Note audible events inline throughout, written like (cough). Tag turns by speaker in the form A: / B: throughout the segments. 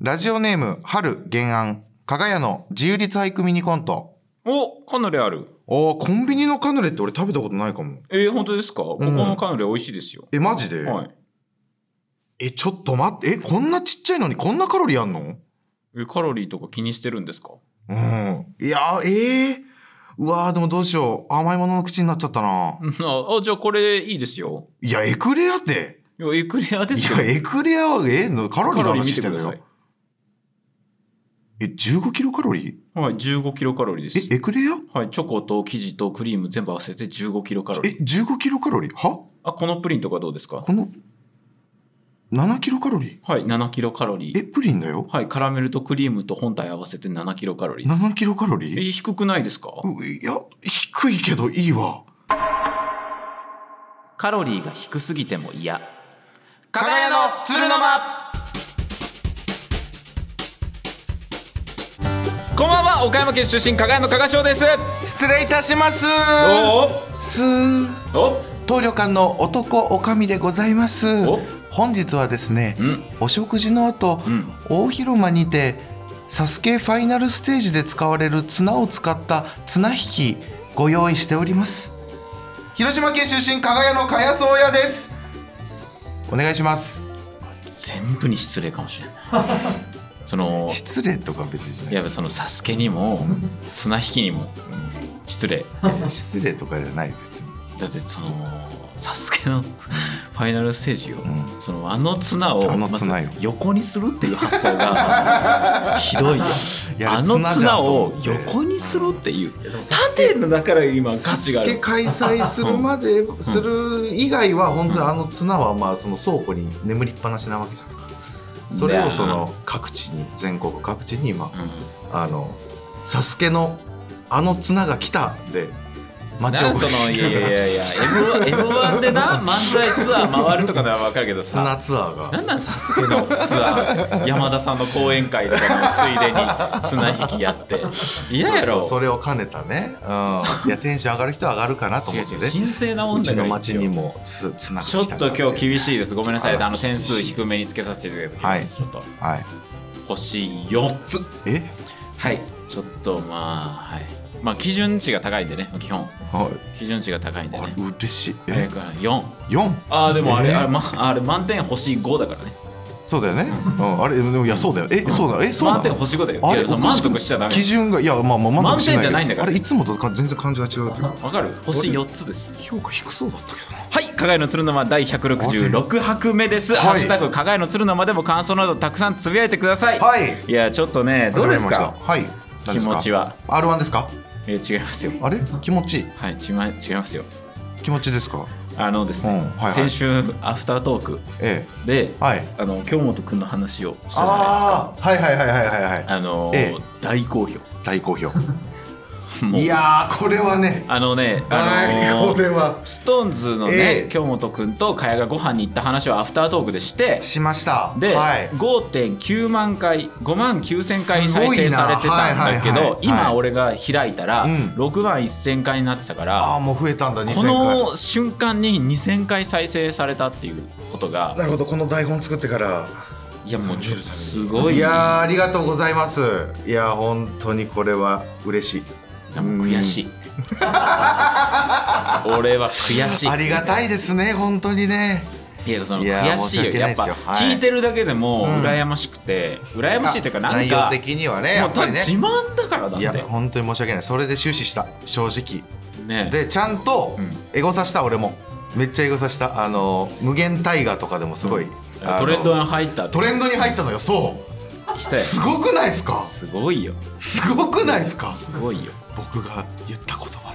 A: ラジオネーム、春原案、加賀屋の自由律俳句ミニコント。
B: おカヌレある。
A: あー、コンビニのカヌレって俺食べたことないかも。
B: えー、本当ですかここのカヌレ美味しいですよ。
A: え、マジで、
B: はい。
A: え、ちょっと待って、え、こんなちっちゃいのにこんなカロリーあんの
B: え、カロリーとか気にしてるんですか (laughs)
A: うん。いやー、ええうわー、でもどうしよう。甘いものの口になっちゃったな。
B: うんあ、あじゃあこれいいですよ。
A: いや、エクレアって。
B: いや、エクレアで
A: い
B: すよ
A: や、。エクレアは、えのカロリー
B: カ
A: の
B: ロリー
A: 話
B: 見
A: してて
B: く
A: ん
B: だ
A: だ
B: さ
A: よ
B: い。。
A: え、15キロカロリ
B: はい、15キロカロリーです
A: ー。え、エクレア
B: はい、チョコと生地とクリーム全部合わせて15キロカロ
A: え
B: リー。、
A: 15キロカロリーは
B: あ、このプリンとかどうですか
A: この、7キロカロリ
B: はい、7キロカロリ
A: ー。
B: ー。
A: え、プリンだよ。
B: はい、カラメルとクリームと本体合わせて7キロカロリーです。
A: 7キロカロリ
B: え、
A: ー
B: 低くないですか
A: ういや、低いけどいいわ。
B: カロリーが低すぎても嫌。
A: 加賀屋の鶴の間
B: こんばんは、岡山県出身、加賀屋の加賀翔です。
A: 失礼いたします
B: お
A: すー
B: おお
A: 当旅館の男おかみでございます
B: お
A: 本日はですね
B: うん、
A: お食事の後、
B: うん
A: 大広間にてサスケファイナルステージで使われる綱を使った綱引きご用意しております広島県出身加賀屋の加谷宗也ですお願いします
B: 全部に失礼かもしれない。その、
A: 失礼とか別に
B: い
A: じゃ
B: や、その、サスケにも、綱引きにも、失礼。
A: ない失礼とかじゃない別に
B: だってその「サスケのファイナルステージを、
A: ん
B: そのあの綱を
A: あの綱よ
B: まず横にするっていう発想が
A: (laughs)
B: ひどいよ
A: いや
B: あの
A: 綱じゃん
B: 綱
A: と思
B: を
A: って
B: 横にするっていう縦のだから今価
A: サス
B: 値があ
A: ケ
B: る
A: 開催するまで、する以外は本当にあの綱はまあその倉庫に眠りっぱなしなわけじゃんそれをその各地に全国各地に今あの「サスケのあの綱が来た」で
B: な
A: 街を
B: ん
A: 越
B: その
A: し
B: い
A: て
B: やい
A: る
B: やいや M1, M1 でな漫才ツアー回るとかなら分かるけど
A: 綱
B: さ
A: ツアーが
B: なんなんサスケのツア
A: (laughs)
B: ー山田さんの講演会とかのついでに綱引きやって嫌や
A: そ
B: ろ
A: うそれを兼ねたね、うん、いやテンション上がる人は上がるかなと
B: 違う
A: 思
B: 違
A: って
B: う
A: ね
B: 神聖な
A: う
B: 問
A: ち
B: 題
A: の町にもつ綱が来
B: ち
A: たな
B: ょっと今日厳しいです。ごめんなさい。
A: あら
B: あの点数低めにつけさせていただきます。ちょっと
A: はい
B: 星4つ。
A: え
B: はい。ちょっとまあ、はい。まあ基準値が高いんでね、基本。
A: はい
B: 基準値が高いんで
A: あ
B: ね。
A: れ嬉しい
B: 早
A: え
B: く4。
A: 四
B: ああ、でもあ
A: え
B: れ、
A: ー
B: あれ、ま、あれ満点星5だからね。
A: そうだよね、うん、あれでもいやそうだよえそうなのえそうな
B: 満
A: の
B: 点星5だよ。
A: あ
B: い
A: れ
B: や、その
A: おか
B: 満
A: しく
B: 足しちゃダメ
A: 基。準がいやまあまあ満足しないけど
B: 満点じゃないんだから
A: あれいつもとか全然感じが違うというか
B: わかる星4つです。
A: 評価低そうだったけどな
B: はい、加賀屋の鶴の間第166拍目です。
A: はい
B: ハッシュタグ加賀屋の鶴の間でも感想などたくさんつぶやいてください。
A: はい
B: いや、ちょっとね、どうです
A: わ
B: か
A: りましたはい何
B: 気
A: ですか
B: 持ちは。
A: R1 ですか
B: えー違いますよ。
A: あれ気持ち
B: はい、ちま違いますよ。
A: 気持ちですか
B: あのですね、
A: うんはいはい
B: 先週アフタートーク
A: え
B: で、
A: えはい
B: あの京本くんの話をしたじゃないですか。
A: ああーはいはいはいはいはいはい
B: あの、
A: ええ
B: 大好評。
A: 大好評
B: (laughs) もう
A: いやーこれはね
B: あのね、あ
A: は
B: の
A: いこれは
B: ストーンズのね、
A: ええ
B: 京本くんと茅がご飯に行った話をアフタートークでして。
A: しました
B: で、
A: はい
B: 5.9万回5万9,000回
A: す
B: 再
A: ごい
B: 生
A: な
B: されてたん
A: は
B: だけど、
A: いはいはいは
B: 今
A: い
B: 俺が開いたら
A: うん
B: 6万1,000回になってたから、
A: ああもう増えたんだ2000回
B: この瞬間に2,000回再生されたっていうことが
A: なるほどこの台本作ってから
B: いやもうちょっとすごい
A: いやーありがとうございますいやー本当にこれは嬉しい
B: でも
A: (laughs)
B: 悔しい俺は悔しい
A: ありがたいですね本当にね
B: いやその
A: いや
B: 悔しいよ
A: 申し訳
B: や
A: ないで
B: っ
A: す
B: ぱ
A: よはい
B: 聞いてるだけでも
A: うん
B: 羨ましくて、羨ましいというかなん
A: 内容
B: か
A: 的にはね
B: も
A: や
B: う
A: ったぱ
B: だ
A: りね
B: 自慢だからだっ
A: い
B: て
A: や本当に申し訳ないそれで終始した正直
B: ね
A: でちゃんと
B: うん
A: エゴサした俺もめっちゃエゴサしたあの無限大河とかでもすごい、あの
B: トレンドに入った
A: トレン
B: ド
A: ドに入ったのよそう
B: 来たよ
A: すごくないですか
B: すごいよ
A: すごくないですか
B: すごいよ
A: 僕が言った言葉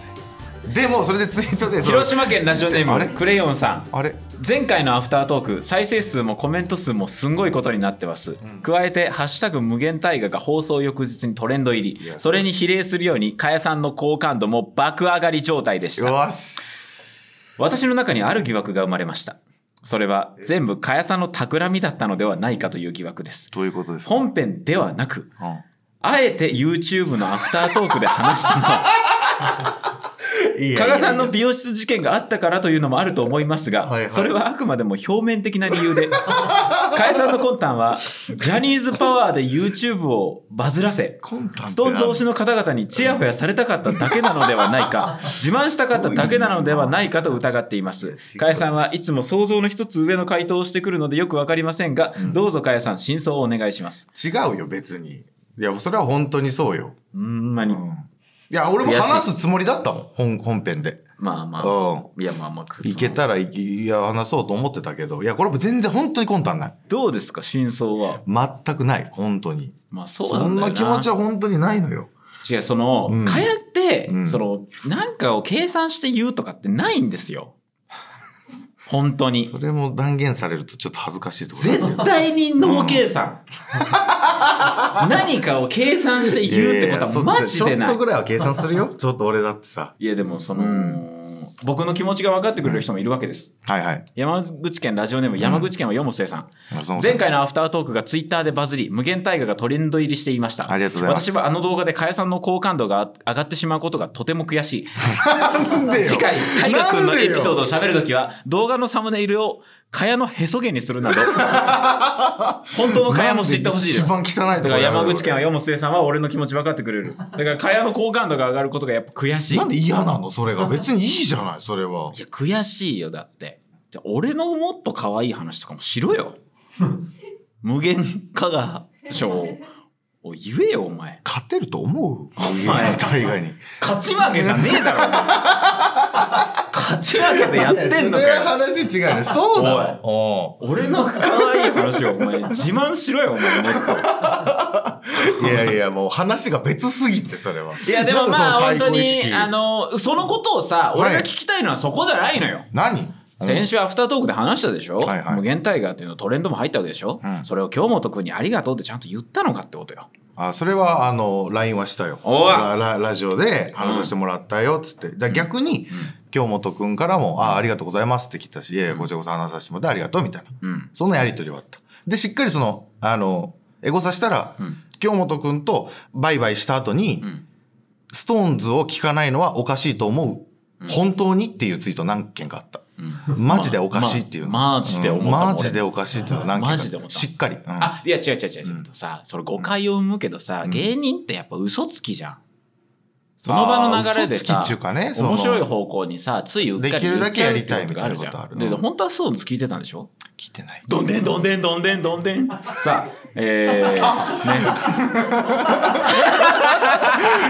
A: ででもそれでツイートで (laughs) その
B: 広島県ラジオネ
A: あ
B: ー
A: れ
B: ムクレヨンさん
A: あれ
B: 前回のアフタートーク再生数もコメント数もすんごいことになってます、加えて「ハッシュタグ無限大河」が放送翌日にトレンド入
A: い
B: り
A: や
B: それに比例するように加谷さんの好感度も爆上がり状態でし
A: よ
B: た
A: ーし
B: 私の中にある疑惑が生まれましたそれは全部加谷さんの企みだったのではないかという疑惑です
A: どういうことですか、
B: 本編ではなく
A: うん
B: あえて YouTube のアフタートークで話したのは
A: いや
B: 加賀さんの美容室事件があったからというのもあると思いますが、
A: はいはい
B: それはあくまでも表面的な理由で (laughs) 加谷さんの魂胆はジャニーズパワーで YouTube をバズらせ
A: コンタン
B: ストーンズ推しの方々にチヤホヤされたかっただけなのではない
A: (laughs)
B: か自慢したかっただけなのではないかと疑っています加谷さんはいつも想像の一つ上の回答をしてくるのでよくわかりませんが、どうぞ加谷さん真相をお願いします
A: 違うよ別にいやそれは本当にそうよ
B: うーんまに、
A: いや俺も
B: 悔しい
A: 話すつもりだったもん本本編で
B: まあまあ
A: う
B: いやまあまあ
A: んいけたらいいや話そうと思ってたけどいやこれも全然本当に魂胆ない
B: どうですか真相は全
A: くない本当に
B: まあそう
A: そ
B: なん
A: ん
B: だよ
A: な
B: な
A: 気持ちは本当にないのよ
B: 違うその、
A: うん
B: かやって、
A: うん
B: そのなんかを計算して言うとかってないんですよ (laughs) 本当に
A: それも断言されるとちょっと恥ずかしいところ
B: 絶対に脳計算、何かを計算して言うってことはマジで
A: ややそちょ
B: ない
A: っとぐらいは計算す
B: (laughs)
A: るよちょっと俺だってさ
B: いやでもその、
A: うん
B: 僕の気持ちが分かってくれる人もいるわけです
A: はいはい
B: 山口県ラジオネーム山口県はよもすえさん、
A: その
B: 前回のアフタートークがツイッターでバズり無限大河がトレンド入りしていました
A: ありがとうございます
B: 私はあの動画で加谷さんの好感度が上がってしまうことがとても悔しい
A: なんでよ
B: 次回大河君
A: な
B: の
A: んで
B: エ
A: よ
B: ピソードを喋るときは動画のサムネイルを加谷のへそ毛にするなど (laughs) 本当の加谷も知ってほしいです
A: なんで一番汚い
B: だ
A: と
B: か
A: こ
B: ら
A: ろ
B: 山口県はよもすえさんは俺の気持ち分かってくれるだから加谷の好感度が上がることがやっぱ悔しいい
A: な
B: や
A: んで嫌なのそれが別にいいじゃないそれは
B: 悔しいよだってじゃあ俺のもっと可愛い話とかもし
A: (laughs)
B: ろよ無限加賀賞を言えよお前
A: 勝てると思う
B: 前
A: 大概に
B: 勝ち負けじゃねえ
A: (laughs)
B: だろお前勝ち負けでやってんのか
A: いや
B: よ
A: それは話違うねそうだよお
B: 俺の可愛い話をお (laughs) 前自慢しろよお前もっ
A: ういやいやもう話が別すぎてそれは
B: といやでもまあ
A: なんだそ
B: 本当
A: の対抗意識
B: にあのそのことをさ
A: い
B: 俺が聞きたいのはそこじゃないのよ、
A: 何
B: 先週アフタートークで話したでしょ、
A: はいはい
B: 無限タイガーっていうのトレンドも入ったわけでしょ、
A: うん
B: それを京本君にありがとうってちゃんと言ったのかってことよ
A: あそれはあの LINE はしたよ
B: おい
A: ラララジオで話させてもらったよっつって、だから逆に、京本くんからも「あありがとうございます」って来たし「いやいやこちらこそ話させてもらってありがとう」みたいな、
B: うん
A: そのやり取りはあったでしっかりそのあのエゴサしたら、京本くんとバイバイした後に、
B: ん
A: ストーンズを聞かないのはおかしいと思う、本当にっていうツイート何件かあった、マジでおかしいっていうの、
B: まマジで思ったもん
A: マ
B: 俺
A: ジでおかしいっていうの何件かあ
B: マジで
A: っ
B: 思った
A: たしっかり、うん
B: あいや違う違う違う、ちょっとさそれ誤解を生むけどさ、芸人ってやっぱ嘘つきじゃんその場の流れで
A: あー嘘
B: さ
A: つきっていうかねその
B: 面白い方向にさついうっかり
A: できるだけやりたい
B: 言っち
A: みたい
B: ゃうってこ
A: なことある
B: とがあるじゃん
A: うん
B: で本当はそう聞いてたんでしょ
A: 聞いてない
B: どんでんどんでんどんでんどんでん。さあ、えー、ね、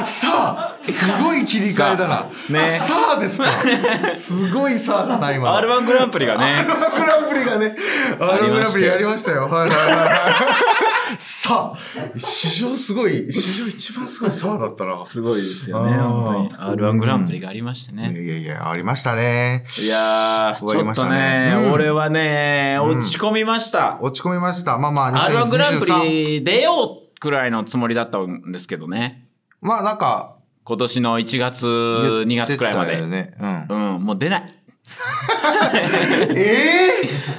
A: さあすごい切り替えだな。
B: あね
A: さあですか。すごいさあだな今。
B: R1 グランプリがね、
A: R1 グランプリがね、R1 グランプリやりましたよ。はいはいはいはい。さあ、史上すごい、史上一番すごいさあだったな。
B: すごいですよね、
A: あー
B: 本当に。R1 グランプリがありまして
A: いや
B: ね。
A: いやいや、ありましたね。
B: いやー、ち
A: 終わり
B: ょっ
A: まし
B: と
A: た
B: ね
A: ね、うん
B: 俺はね、落ち込みました。
A: 落ち込みました。まあまあ、2023。
B: R1 グランプリ出ようくらいのつもりだったんですけどね。
A: まあなんか、
B: 今年の1月、2月くらいま
A: 出たよ
B: で。
A: ね
B: (laughs)
A: うん
B: うん、もう出ない。
A: え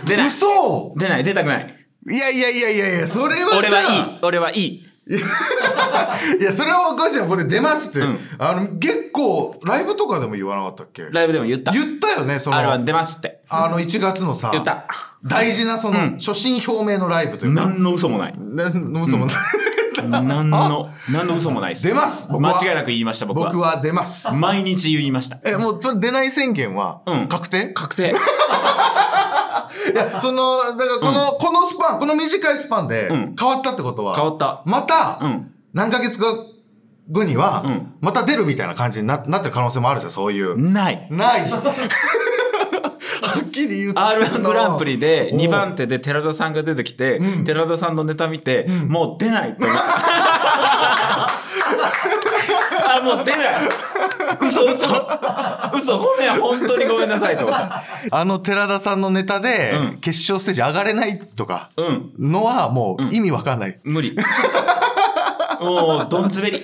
B: 出
A: え
B: ない
A: 嘘
B: 出ない、出たくない。
A: いやいやいやいやいや、それはさ、
B: 俺はいい、俺はいい。
A: いや、それはおかしいな。これ出ますって。
B: うん
A: あの、結構、ライブとかでも言わなかったっけ
B: ライブでも言った。
A: 言ったよね、その、
B: R1 出ますって。
A: あの、1月のさ、
B: 言った。
A: 大事なその、
B: うん
A: 初心表明のライブというか、
B: 何の嘘もない。
A: なな嘘もない
B: 何の、何の嘘もないです。
A: 出ます僕
B: 間
A: は
B: 違いなく言いました、僕は。
A: 僕は出ます。
B: 毎日言いました。
A: え、もう、それ出ない宣言は
B: うん、
A: 確定、
B: 確定。
A: いや、その、だからこの、このスパン、この短いスパンで、
B: うん
A: 変わったってことは、
B: 変わった
A: また、
B: うん
A: 何ヶ月か後には、
B: うん
A: また出るみたいな感じにななってる可能性もあるじゃん、そういう。
B: ない。
A: ない。はっきり言って
B: R1 グランプリで
A: おう
B: 2番手で寺田さんが出てきて、
A: うん
B: 寺田さんのネタ見て、もう出ないって
A: (laughs)
B: 思った。あ、もう出ない。嘘嘘。嘘、ごめん、本当にごめんなさいと思った。
A: あの寺田さんのネタで、
B: うん
A: 決勝ステージ上がれないとか
B: うん、
A: のはもう意味わかんない。(laughs)
B: 無理。もう、どんずべり。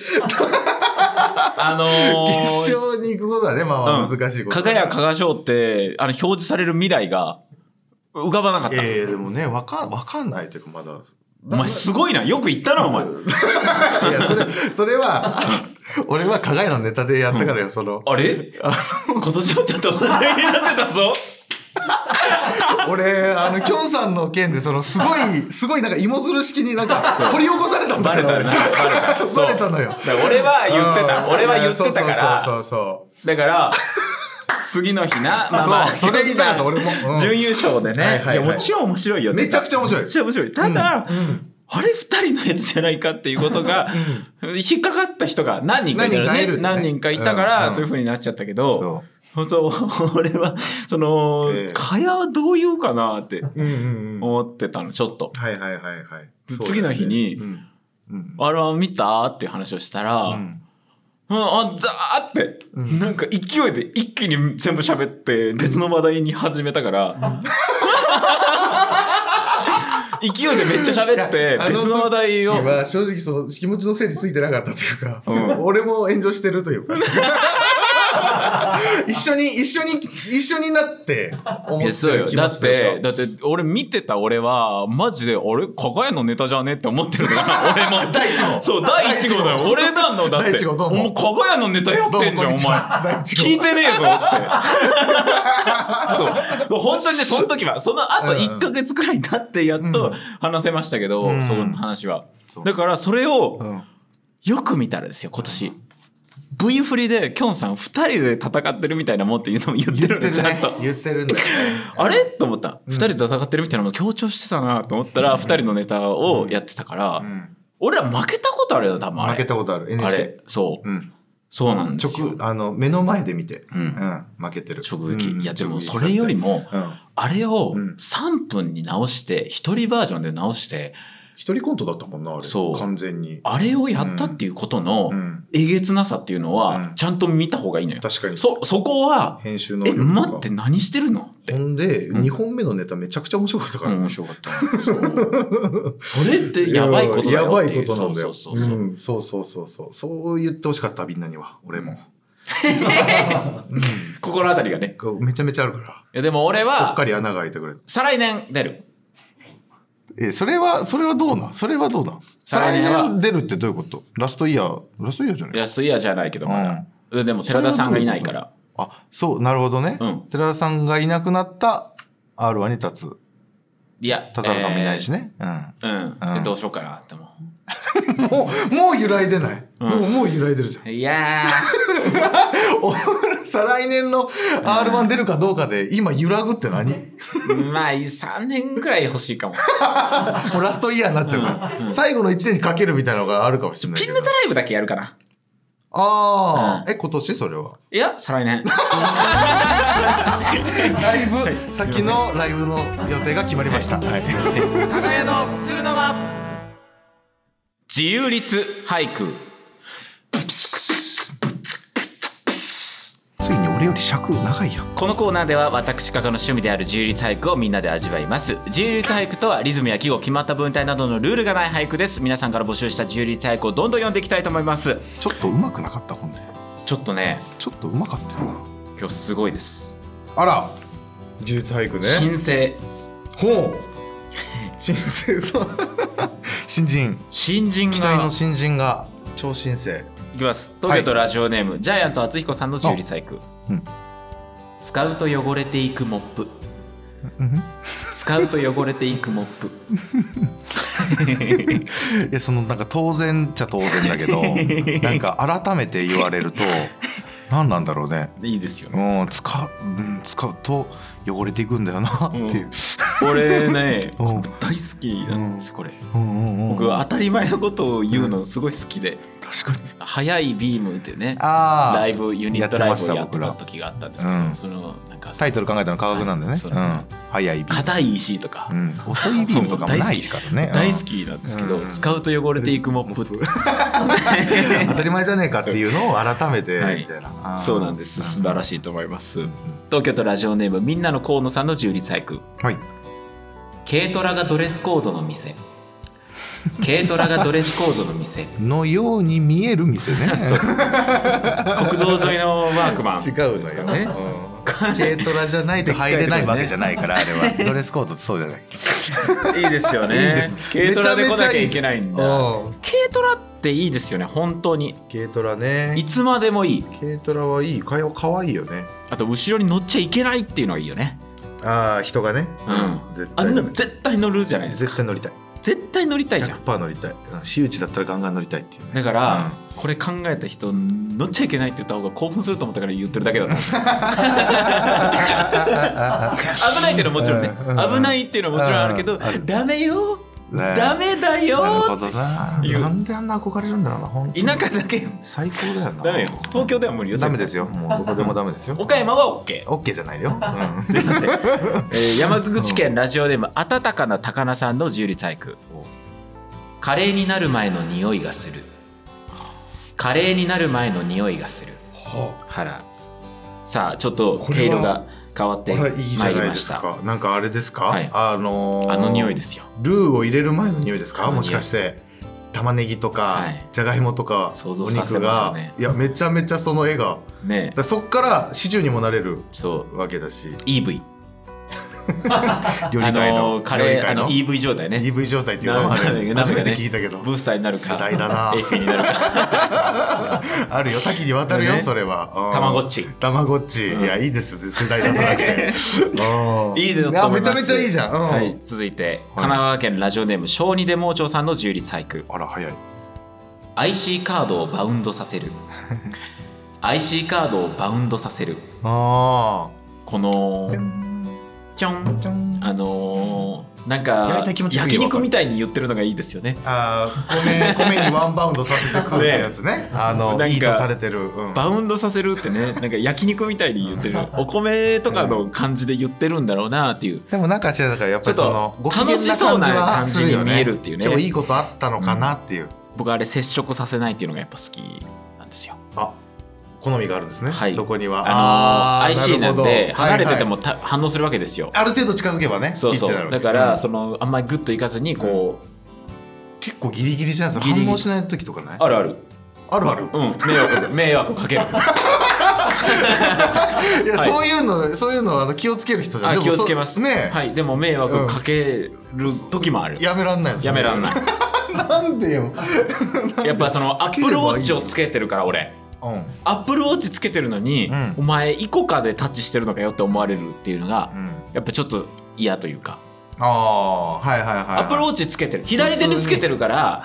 B: あの
A: (laughs)
B: ー、
A: 決勝に行くことはね、まあまあ難しいこと。
B: かがやかが賞って、あの、表示される未来が浮かばなかった。
A: ええでもね、わかん、わかんないというか、まだ、
B: お前すごいなよく言ったなお前
A: いや、それ、それは、 (laughs) 俺は加害のネタでやったからよ、その、(laughs)
B: あれ今年もちょっと話題になってたぞ
A: 俺、あの、きょんさんの件で、その、すご
B: (laughs)
A: い、すごいなんか芋づる式になんか、掘り起こされたんだか
B: バレた
A: ら、
B: なバレた
A: バレたのよ。
B: だから俺は言ってた
A: うん
B: 俺は言ってたから
A: そうそうそうそう
B: だから、次の日な、まあまあ、
A: そうそれ言いたかった俺もうん
B: 準優勝でね、
A: はいいはいはい
B: や、もちろん面白いよ。
A: めちゃくちゃ面白い
B: めっちゃ面白い。ただ、あれ二人のやつじゃないかっていうことが、引っかかった人が何人かいたからね
A: 何人かいるよね
B: 何人かいたから、
A: うん
B: そういう風になっちゃったけど、
A: そ
B: そう、俺は、その
A: ええ、
B: かやはどう言うかなって
A: う。うんうんうん。
B: 思ってたの、ちょっと。
A: はいはいはいはい。
B: 次の日に
A: そうだよね、うん。
B: あれは見たっていう話をしたら、
A: う
B: うん、
A: ん。
B: あ、ザーって、なんか勢いで一気に全部喋って、別の話題に始めたから、 (laughs) 勢いでめっちゃ喋って
A: いやあ
B: 別の話題を
A: 時は正直その気持ちの整理ついてなかったというか、
B: うん
A: 俺も炎上してるという
B: (laughs)
A: か一緒に一緒に一緒になって思って
B: いや
A: る
B: そうよ
A: 気
B: だ
A: 持
B: っ
A: ちとい
B: て
A: うか
B: だって俺見てた俺はマジであれ加賀屋のネタじゃねって思って
A: (laughs)
B: るから俺も
A: 第一号
B: そう第1号だよ俺なのだって
A: 第一号どうも
B: お前加賀屋のネタやってん
A: どうも
B: じゃ
A: こん
B: んお前
A: にちは第一号
B: 聞いてねえぞ
A: (laughs)
B: ってそう本当にねその時はその後
A: うん
B: 1か月くらい経ってやっと話せましたけど、
A: うん
B: その話は
A: そう
B: だからそれを、
A: うん
B: よく見たらですよ今年 V 振りできょんさん2人で戦ってるみたいなもんっていうのも言ってる
A: 言っ
B: んで
A: て
B: ち
A: る
B: ゃん
A: ね
B: と。
A: 言ってるんだよね
B: あれと思った2人で戦ってるみたいなのも強調してたなと思ったら2人のネタをやってたから、
A: うん
B: 俺は負けたことあるよ多分あれ
A: 負けたことある
B: あ
A: NHK
B: れそう、
A: うん
B: そうなんですよ
A: 直あの目の前で見て
B: ん
A: うん負けてる
B: 直撃、
A: うん
B: いやでもそれよりも、
A: うん
B: あれを
A: うん
B: 3分に直して1人バージョンで直して
A: 一人コントだったもんなあれ
B: そう
A: 完全に
B: あれをやったっていうことの
A: うん
B: えげつなさっていうの
A: う
B: は
A: ん
B: ちゃんと見た方がいいのよ、
A: 確かに
B: そそこは
A: 編集の
B: え
A: 能力とか
B: 待って何してるのって
A: ほんで2本目のネタめちゃくちゃ面白かったから
B: 面白かったのそうそれってやばいことだよ
A: (laughs) やば
B: っ
A: い
B: ていう
A: ことなんだよ。
B: そうそうそうそう、
A: うんそうそうそうそう。そう言ってほしかった、みんなには。俺も。
B: 心当たりがね
A: こうめちゃめちゃあるから。
B: いやでも俺
A: ぽっか
B: は
A: り穴が開いてくれる。
B: 再来年出る
A: え、それは、それはどうなんそれはどうなん
B: 再
A: 再来
B: 来年は
A: 年出るってどういうことラストイヤー、ラストイヤーじゃない
B: ラストイヤーじゃないけどまだ、でも寺田さんがいないから。
A: あ、そう、なるほどね
B: うん。
A: 寺田さんがいなくなった R1 に立つ。
B: いや
A: 田原さんもいないしね。うん。
B: えーうん、
A: うん
B: どうしようかなって思
A: (laughs) もう、もう揺らいでない。もう、もう揺らいでるじゃん。
B: ういや
A: (laughs) 再来年の R1 出るかどうかで、今揺らぐって何
B: ー (laughs) まあ3年ぐらい欲しいかも
A: もうラストイヤーになっちゃうから、最後の1年にかけるみたいなのがあるかもしれない
B: (laughs) ピ
A: け
B: ンネ
A: ど
B: タライブだけやるかな
A: ああ、え今年それはい
B: や再来年
A: ライブ先のライブの予定が決まりました、はい、
B: 輝の鶴の間自由律俳句
A: ついに俺より尺長いやん
B: このコーナーでは私加賀の趣味である自由律俳句をみんなで味わいます自由律俳句とはリズムや記号決まった文体などのルールがない俳句です皆さんから募集した自由律俳句をどんどん読んでいきたいと思います
A: ちょっと上手くなかったほんで
B: ちょっとね
A: ちょっと上手かったよな
B: 今日すごいです
A: あら呪術俳句ね
B: 新生
A: ほう新生さん (laughs) 新人
B: 新人
A: 期待
B: が
A: の新人が超新星
B: いきます東京都ラジオネーム、ジャイアント厚彦さんの自由律俳句、
A: うん
B: 使うと汚れていくモップ
A: うん
B: 使うと汚れていくモッ
A: (laughs)
B: プ
A: いやそのなんか当然っちゃ当然だけ
B: (laughs)
A: どなんか改めて言われると何なんだろうね
B: いいですよね
A: うん使う、うん、使うと汚れていくんだよなっていう、
B: 俺ね
A: うん
B: これ大好きなんですこれ
A: うんうんうん、
B: 僕は当たり前のことを言うのすごい好きで
A: 確かに
B: 「早いビーム」っていうね
A: ああ
B: ライブユニットライブをやって
A: やってました僕
B: た
A: ら
B: 時があったんですけど、
A: うん
B: そのなんか
A: タイトル考えたの科学なんでね、
B: はいうそうんです
A: 早いビー
B: 硬い石とか、
A: ム、うん、遅いビームとかもないからね
B: (laughs) 大好きなんですけど、
A: うん
B: 使うと汚れていくモップって
A: うん当
B: (laughs)
A: たり前じゃねえかっていうのを改めて
B: はい
A: みたいな、
B: そうなんです素晴ら
A: しい、
B: しいと思います、東京都ラジオネームみんなの河野さんの充実俳句
A: はい、
B: 軽トラがドレスコードの店軽トラがドレスコードの店 (laughs)
A: のように見える店ね
B: 国道沿いのワークマン
A: 違うのよ、
B: ね
A: うん軽トラじゃないと入れないわけじゃないから、あれは。ドレスコードってそうじゃない。
B: いいですよね
A: いいです
B: 軽トラで来なきゃいけないんだ
A: うん
B: 軽トラっていいですよね本当に
A: 軽トラね
B: い。つまでもいい
A: 軽トラはいい、かよ、可愛いよね。
B: あと後ろに乗っちゃいけないっていうのがいいよね
A: ああ、人がね。
B: うん
A: 絶
B: あ
A: 対
B: んな
A: 乗
B: の
A: りたい。
B: 絶対乗るじゃないですか
A: 絶対乗りたい。
B: 絶対乗りたいじゃん
A: 100%乗りたい。うん私有地だったらガンガン乗りたいっていうね。
B: だから、これ考えた人乗っちゃいけないって言った方が興奮すると思ったから言ってるだけだと思う
A: (laughs)
B: 危ないっていうのはもちろんね
A: うん
B: 危ないっていうのはもちろんあるけど
A: うんある
B: ダメよ
A: ね
B: ダメだ
A: なるほ
B: よ
A: どな。
B: いう
A: なんであんな憧れるんだろうな、本当
B: 田
A: に
B: 舎だけよ
A: 最高だよな。
B: ダメよ東京では無理よ
A: ダメですよ。もうどこでもダメですよ。
B: 岡山は OK
A: オッケーじゃないよ。
B: (laughs)
A: うん
B: すいません、えー山口県ラジオネーム温かな高菜さんの自由律俳句カレーになる前の匂いがするカレーになる前の匂いがする腹さあちょっと
A: こ
B: 毛
A: れは
B: 色が変わって
A: あ
B: ま
A: ら
B: い
A: いい
B: り
A: じゃない
B: ま
A: で
B: し
A: す
B: た
A: か。なんかあれですか、
B: はい
A: あのー
B: あの匂いですよ
A: ルーを入れる前の匂いですか
B: あの匂い
A: もしかして。玉ねぎとか、
B: はい
A: じゃがいもとか
B: 想像
A: お
B: させ
A: 肉
B: ますよ
A: が、
B: ね
A: いやめちゃめちゃその絵がだか
B: ねえ
A: らそっからシチューにもなれる
B: そう
A: わけだ
B: (laughs)
A: し
B: EV
A: 料理
B: あ
A: 界の、
B: のーカレ
A: 料理
B: ーあ
A: 界
B: の EV 状態ね
A: EV 状態っていうのは
B: なるほど
A: 初めて
B: なるほどね
A: 聞いたけど
B: ブースターになるか
A: 世代だ
B: (laughs)
A: な
B: AF になるか
A: あるよ多岐にわたるよ、
B: ね
A: それはうん
B: たまごっち
A: たまごっち、いやいいです世代出さなく
B: (laughs)
A: てうん
B: いいでと思います
A: やめちゃめちゃいいじゃん、うん
B: はい続いて神奈川県ラジオネーム小児で盲腸さんの自由律俳句
A: あら早い
B: IC カードをバウンドさ
A: (laughs)
B: せる IC カードをバウンドさせる
A: あ
B: このちょん
A: あ
B: あのーなん
A: やり
B: か
A: たい気持ちすげえ
B: 焼
A: わか
B: 肉
A: る
B: みたいに言ってるのがいいですよね
A: あー米米にワンバウンドさせて食うってやつ
B: (laughs)
A: ねあ
B: なん
A: の
B: か
A: いいとされてる、うん、
B: バウンドさせるっ
A: (laughs)
B: てねなんか焼肉みたいに言ってるお米とかの感じで言ってるんだろうなっていう
A: でもなんか知らなからやっぱり
B: ちょ
A: そ
B: っと
A: のご機嫌な感じはするよね
B: 楽しそうな感じに見えるっていうね
A: 今日いいことあったのかなっていう、
B: 僕あれ接触させないっていうのがやっぱ好きなんですよ
A: あ好みがあるんですね、
B: はい
A: そこには
B: あの
A: ー
B: ー IC
A: る
B: な
A: ほ
B: ん
A: ど
B: で離れてても
A: はい
B: た反応するわけですよ
A: はいある程度近づけばね
B: そうそ
A: いいってなる
B: うだからそのあんまりグッといかずにこう
A: 結構ギリギリじゃないです
B: ギ
A: か
B: リギリ
A: 反応しない時とかない
B: あるある
A: あるある
B: うん迷惑迷惑をかける
A: いや
B: はい
A: そういうのそういうの (laughs) あの気をつける人じゃん
B: あ
A: でも
B: 気
A: そ
B: をつけます
A: ねえ
B: はいでも迷惑かける時もある、
A: やめらんないんです
B: や
A: よ
B: めらんない
A: (laughs) なんでよ
B: やっぱそのア
A: つければいい
B: ップル
A: よ
B: ウォッチをつけてるから俺
A: うん
B: アップルウォッチつけてるのに、
A: うん
B: お前イコカでタッチしてるのかよって思われるっていうのが、
A: うん
B: やっぱちょっと嫌というか、
A: ああーはいはいはいはい
B: アップルウォッチつけてる左手につけてるから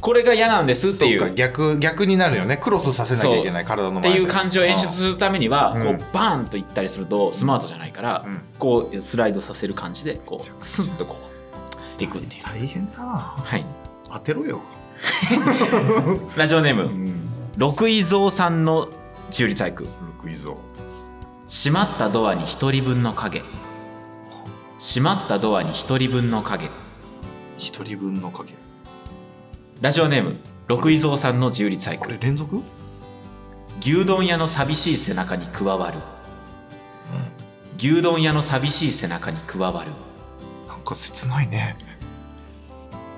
B: これが嫌なんですってい
A: そう
B: う
A: か逆逆になるよねクロスさせなきゃいけない体の
B: っ
A: 前
B: て
A: で
B: いう感じを演出
A: る
B: するためには、
A: うん
B: こうバーンといったりするとスマートじゃないから、
A: うん
B: こうスライドさせる感じでこ
A: めちゃく
B: う
A: ちゃ
B: スンとこういくっていう
A: 大変だな
B: はい
A: 当てろよ、
B: ラジオネーム、
A: うん、
B: 六井蔵さんの中立俳句
A: クイズを
B: 閉まったドアに一人分の影閉まったドアに一人分の影
A: 一人分の影
B: ラジオネーム六井蔵さんの中立俳
A: こ
B: 句
A: れ連続
B: 牛丼屋の寂しい背中に加わる牛丼屋の寂しい背中に加わる
A: なんか切ないね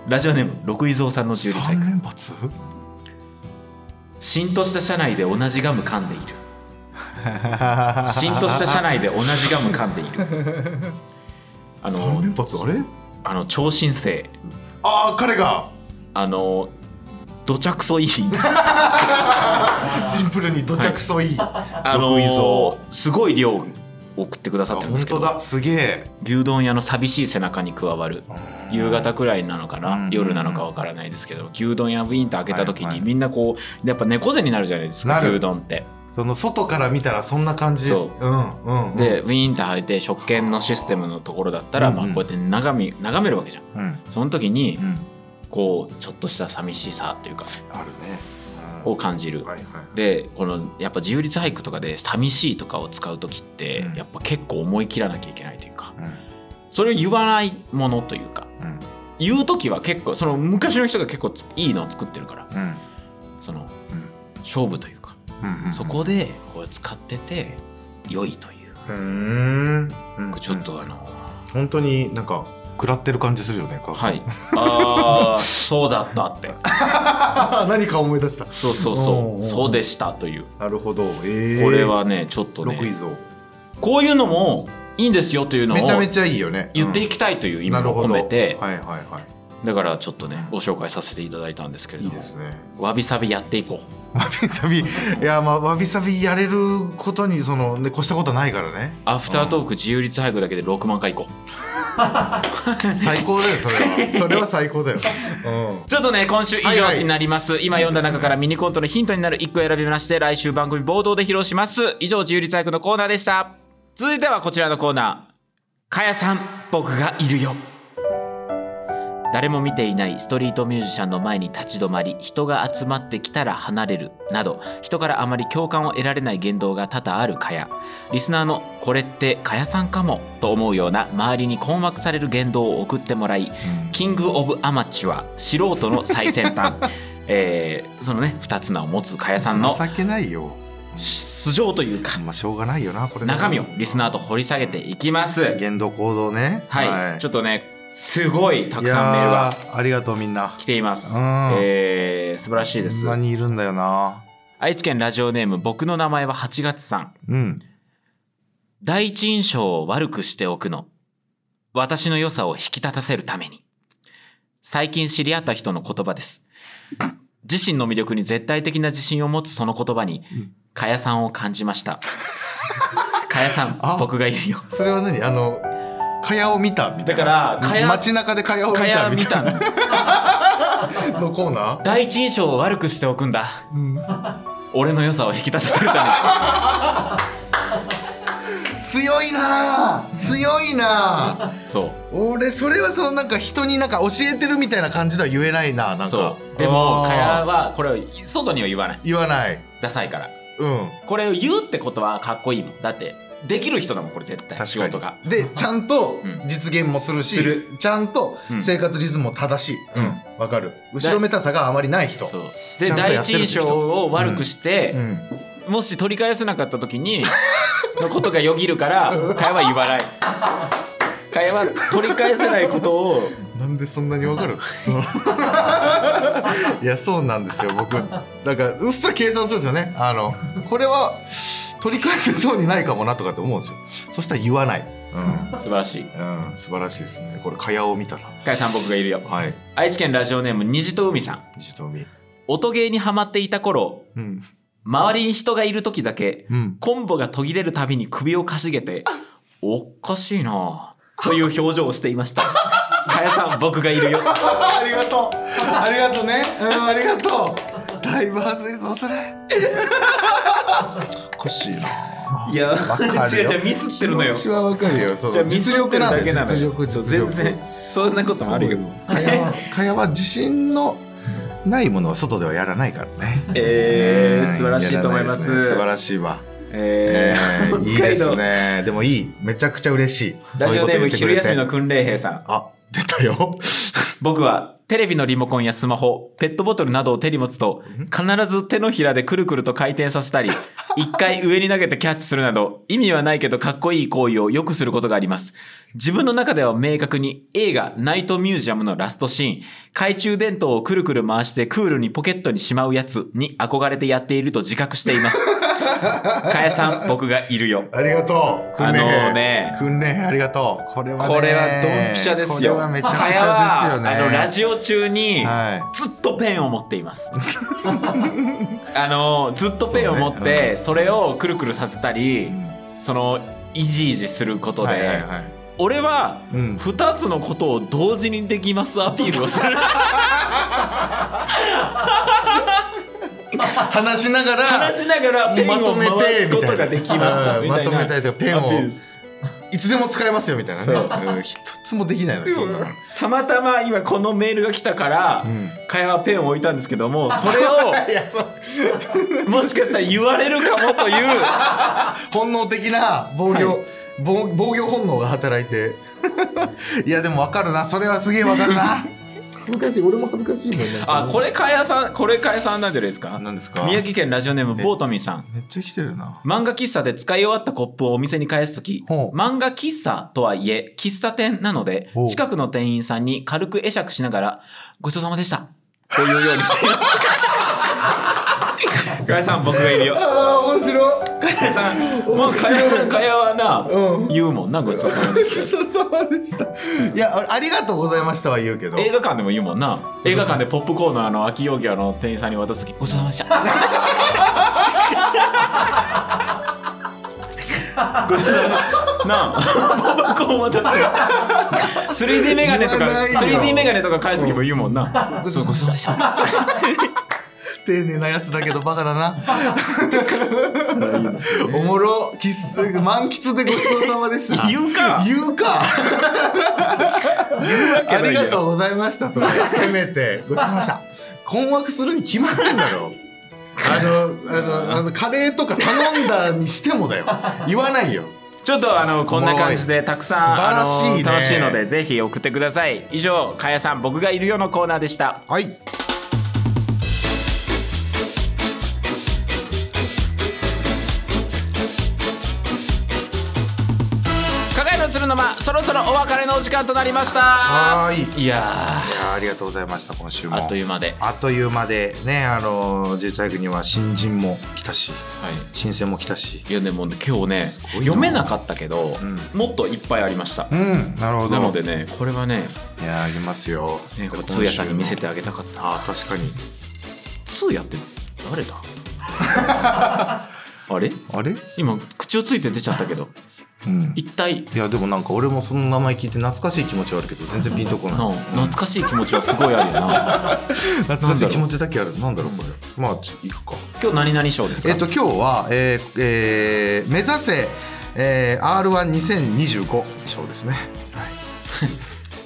B: ラジオネーム六井蔵さんの中立
A: 三
B: 俳句
A: 連発
B: 浸透した車内で同じガム噛
A: (laughs)
B: んでいる浸透した車内で同じガム噛んでいるあ
A: 三
B: の
A: 連発あれ
B: あの超新星
A: ああ彼が
B: あのどちゃくそいい
A: (laughs)
B: んです
A: シンプルに土着そいい、
B: あの
A: 毒依存
B: すごい量を送ってくださ
A: あ
B: ってるんで
A: 本
B: すけ
A: 当
B: ど
A: だすげえ
B: 牛丼屋の寂しい背中に加わる夕方くらいなのか
A: うんうんう
B: なん夜なのかわからないですけど牛丼屋ウィーンと開けた時
A: はい
B: に
A: はい
B: みんなこうやっぱ猫背になるじゃないですか
A: なる
B: 牛丼って。
A: その外から見たらそんな感じ
B: そ
A: うんうんうん、
B: でウィーンと開いて食券のシステムのところだったら
A: うん
B: ま
A: う
B: あ
A: ん
B: こうやって眺め眺めるわけじゃん。
A: うん
B: その時に
A: うん、
B: こうちょっとした寂しさというか
A: あるね、うん
B: を感じる。
A: はいはい
B: でこのやっぱ自由律俳句とかで「寂しい」とかを使う時って、
A: うん
B: やっぱ結構思い切らなきゃいけないというか
A: うん
B: それを言わないものというか
A: うん
B: 言う時は結構その昔の人が結構ついいのを作ってるから
A: うん
B: その勝負というか、
A: うんうん
B: そこでこれ使ってて良いという、
A: うーん、うん
B: ちょっとあの、
A: 本当になんか食らってる感じするよね
B: はい (laughs) ああそうだったって
A: あー (laughs) 何か思い出した
B: そうそう
A: おうお
B: そう
A: お
B: う
A: う
B: そうでしたという
A: なるほどえー、
B: これはねちょっと
A: 六
B: ね
A: 位像
B: こういうのもいいんですよというのを
A: めちゃめちゃいいよね
B: 言っていきたいという意味も込めて、
A: はいはいはい
B: だからちょっとねご紹介させていただいたんですけれ
A: い
B: ど
A: い
B: も
A: ですね
B: わびさびやっていこう
A: わびさびいやまあわびさびやれることにそのね越したことはないからね
B: アフタートーク自由律俳句だけで6万回いこう
A: 最高だよそれはそれは最高だよ、う
B: ちょっとね今週以
A: はいは
B: 上
A: い
B: になります、今読んだ中からミニコントのヒントになる1個選びまして来週番組冒頭で披露します以上自由律俳句のコーナーでした続いてはこちらのコーナーかやさん僕がいるよ誰も見ていないストリートミュージシャンの前に立ち止まり人が集まってきたら離れるなど人からあまり共感を得られない言動が多々あるかやリスナーの「これってかやさんかも」と思うような周りに困惑される言動を送ってもらいキング・オブ・アマチュア素人の最
A: (laughs)
B: 先端えーそのね二つ名を持つかやさん
A: ん、
B: の
A: 情けないよ
B: 素性というか
A: まあしょうがないよなこれ
B: 中身をリスナーと掘り下げていきます。
A: 言動行動ね
B: はい、ちょっとねすごいたくさんメールが
A: いやーありがとうみんな
B: 来ています
A: うん。
B: えー、素晴らしいで
A: そ
B: す
A: んな。にいるんだよな
B: 愛知県ラジオネーム僕の名前は8月さん。
A: うん
B: 第一印象を悪くしておくの。私の良さを引き立たせるために。最近知り合った人の言葉です。自身の魅力に絶対的な自信を持つその言葉に、かやさんを感じました。かやさん
A: あ、
B: 僕がいるよ。
A: それは何あの蚊帳を見たみたいな
B: だから蚊帳
A: 街中で蚊帳を見
B: かや
A: た
B: 見
A: みた
B: た
A: いな
B: の。
A: のコーナー
B: 第一印象を悪くしておくんだ。俺の良さを引き立たせるために。
A: 強いなあ強いなあ
B: (laughs) そう。
A: 俺それはそのなんか人になんか教えてるみたいな感じでは言えないななんか
B: そうでも
A: あー
B: かやはこれを外には言わない
A: 言わない
B: ダサいから
A: うん
B: これを言うってことはかっこいいもんだってできる人だもんこれ絶対仕事が
A: でちゃんと
B: うん
A: 実現もするし、
B: する
A: ちゃんと
B: うん
A: 生活リズムも正しい、
B: うん
A: うんわかる後ろめたさがあまりない人
B: そう
A: ち
B: で
A: ゃんと
B: 第
A: やっ
B: 一
A: てる
B: 印
A: 人
B: 象を悪くして
A: う、ん、
B: もし取り返せなかった時にのことがよぎるからかやは言わないかやは取り返せないことを
A: なんでそんなにわかるその (laughs) いやそうなんですよ僕なんかうっすら計算するんですよねあのこれは取り返せそうにないかもなとかって思うんですよそしたら言わない、
B: 素晴らしい
A: うんうん、素晴らしいですねこれ蚊帳を見たら
B: かやさん僕がいるよ
A: はい
B: 愛知県ラジオネーム虹と海さん
A: 西富
B: 音ゲーにハマっていた頃
A: うん
B: 周りに人がいる時だけ
A: うん
B: コンボが途切れるたびに首をかしげて、おっかしいなあという表情をしていました。かや (laughs) さん、僕がいるよ。
A: あありがとうありがとうねうんありがとうだいぶ恥ずいぞそ (laughs) れおかしいない
B: や、
A: わかるよ
B: 違う違う、ミスってるのよ。
A: 気持ち
B: じ
A: はわかるよそう
B: ゃあミスってるだけなの
A: 実
B: よ。
A: 力実
B: そう
A: 力
B: 全然、そんなこともあるよ。
A: かやはかやは自信のないものは外ではやらないからね。
B: え
A: う
B: ー、
A: ん
B: 素晴らしいと思いま。
A: やらなですね素晴らしいわ。え
B: え
A: ー
B: ー
A: いいですね。でもいい。めちゃくちゃ嬉しい。
B: ラジオネーム昼休みの
A: て。
B: 訓練兵さん。
A: あ、出たよ。
B: 僕はテレビのリモコンやスマホ、ペットボトルなどを手に持つと、必ず手のひらでくるくると回転さ
A: (laughs)
B: せたり、一回上に投げてキャッチするなど、意味はないけどかっこいい行為をよくすることがあります。自分の中では明確に映画ナイトミュージアムのラストシーン、懐中電灯をくるくる回してクールにポケットにしまうやつに憧れてやっていると自覚して
A: (laughs)
B: います。かやさん、僕がいるよ。
A: ありがとう。訓練兵
B: あのね
A: 訓練兵ありがとう。これはね
B: これはドンピシャですよ。
A: これはめちゃくち
B: かや
A: ゃですよね。
B: はあの、ラジオ中に、
A: は
B: ずっとペンを持っています。 (laughs) あのずっとペンを持ってそ,、
A: そうねう
B: れをくるくるさせたり、
A: い。うん
B: そのイジイジすることで、
A: はいはいはい。
B: 俺は
A: うん
B: 2つのことを同時にできますアピールを
A: (laughs)
B: する
A: 話しながら
B: 話しながらペン
A: ま
B: を
A: とめ
B: 回
A: て
B: すことができます
A: うん
B: みたいな
A: まとめたいとかペンを
B: アピールす
A: いつでも使えますよみたいなね。うん一つもできないのにそんなの。
B: たまたま今このメールが来たから、
A: うん
B: 会話ペンを置いたんですけどもそれを
A: いやそう
B: もしかしたら言われるかもという
A: 本能的な防御、
B: は
A: 防防御本能が働いて (laughs) いやでも分かるなそれはすげえ分かるな恥ずかしい俺も恥ずかしいもんね
B: あこれかやさんこれかやさんなんじゃないですか
A: なんですか
B: 宮城県ラジオネームボートミーさん
A: めっちゃ来てるな
B: 漫画喫茶で使い終わったコップをお店に返すとき、
A: ほう
B: 漫画喫茶とはいえ、喫茶店なので
A: ほう、
B: 近くの店員さんに軽く会釈しながら、ごちそうさまでした。というようにしています。加谷さん僕がいる
A: (laughs)
B: よ
A: あ
B: (laughs)
A: あ面白い
B: 加谷さんもう加谷加谷はな、
A: うん
B: 言うもんなごちそうさま
A: ご
B: で
A: ちそうさまでしたいやあありがとうございましたは言うけど
B: 映画館でも言うもんな映画館でポップコーンのあの秋容疑の店員さんに渡す時ごちそうさまでしたごちそうさまでしたなあポップコーン渡す 3D メガネとか
A: 言わないよ
B: 3D メガネとか返す時も言うもんな
A: ごちそ
B: そ
A: うう
B: ごちそう
A: さ
B: さ
A: ま
B: ま
A: で
B: でした
A: 丁寧なやつだけどバカだなおもろ喫茶満喫でごちそうさまでした
B: 言うか
A: 言うか
B: け
A: あ
B: ない
A: り
B: よ
A: がとうございましたとかせめてごちそうさまでした困惑するに決まってんだろあのあのあのカレーとか頼んだにしてもだよ言わないよ
B: ちょっとあのこんな感じでたくさんあ
A: 素晴らし
B: の
A: いね
B: 楽しいのでぜひ送ってください以上かやさん僕がいるよのコーナーでした
A: はい
B: かがやの鶴の間そろそろお別れのお時間となりました
A: はーいい
B: いや
A: やありがとうございました今週
B: ー
A: も
B: あっという間で、
A: あっという間でねあのジェイチャイクには新人も来たし
B: はい、
A: 新鮮も来たし
B: いやでもね今日ね
A: すごいな
B: 読めなかったけど、
A: ん
B: もっといっぱいありました
A: うんなるほど
B: なのでねこれはね
A: いやありますよ、
B: ねこう通夜さんに見せてあげたかった
A: ああ確かに
B: 通夜って誰
A: (laughs)
B: だあれ
A: あれ
B: 今口をついて出ちゃったけど
A: うん
B: 一体
A: いやでもなんか俺もその名前聞いて懐かしい気持ちはあるけど全然ピンとこ
B: (laughs) な
A: ない、
B: 懐かしい気持ちはすごいある
A: (laughs)
B: よな
A: 懐かしい気持ちだけあるなんだろうこれまあちょ行くか
B: 今日何々賞ですか
A: えっと今日は、えーえー目指せ、えー、R12025 賞ですねはい (laughs)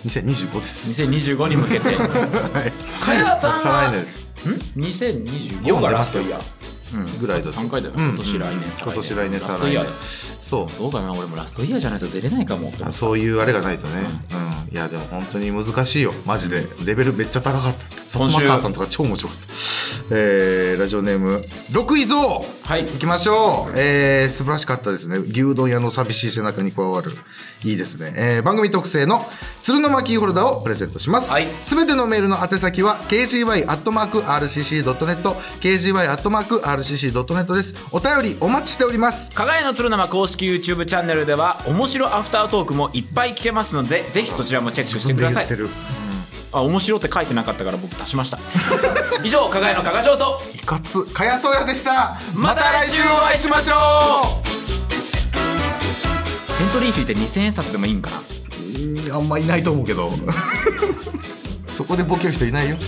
A: 2025です
B: 2025に向けて
A: (laughs) はい
B: かやさんは
A: 再来年です
B: ん2025
A: 四
B: が
A: が
B: ラ
A: ラ
B: ス
A: ス
B: ト
A: ト
B: イ
A: イ
B: ヤ
A: ヤ
B: ー
A: ー、
B: うん、
A: ぐらいだと
B: 3回だよ、
A: うん
B: 今年来年再
A: 今年来年
B: ラス
A: 再
B: トイ
A: 来
B: ヤ
A: 年
B: ーだよ
A: そう
B: そうかな俺もラストイヤーじゃないと出れないかも
A: あそういうあれがないとね、うん、いやでも本当に難しいよマジでレベルめっちゃ高かった
B: 今
A: 薩
B: 週
A: 摩川さんとか超面白かったえーラジオネーム6位ぞ
B: はい
A: 行きましょう、えー素晴らしかったですね牛丼屋の寂しい背中に加わるいいですね、えー番組特製の鶴の巻キーホルダーをプレゼントします
B: はい
A: すべてのメールの宛先は kgy.rcc.net kgy.rcc.net ですお便りお待ちしております
B: 加賀屋の鶴生公式 YouTube チャンネルでは面白アフタートークもいっぱい聞けますのでぜひそちらもチェックしてください
A: 自分で言って
B: あ面白って書いてなかったから僕足しました (laughs) 以上加賀屋の加賀賞と
A: るいかつかやそうやでした
B: また来週お会いしましょ
A: ょう
B: エントリーフィーって2000円札でもいいんかな
A: (laughs) うんあんまいないと思うけどそこでボケる人いないよ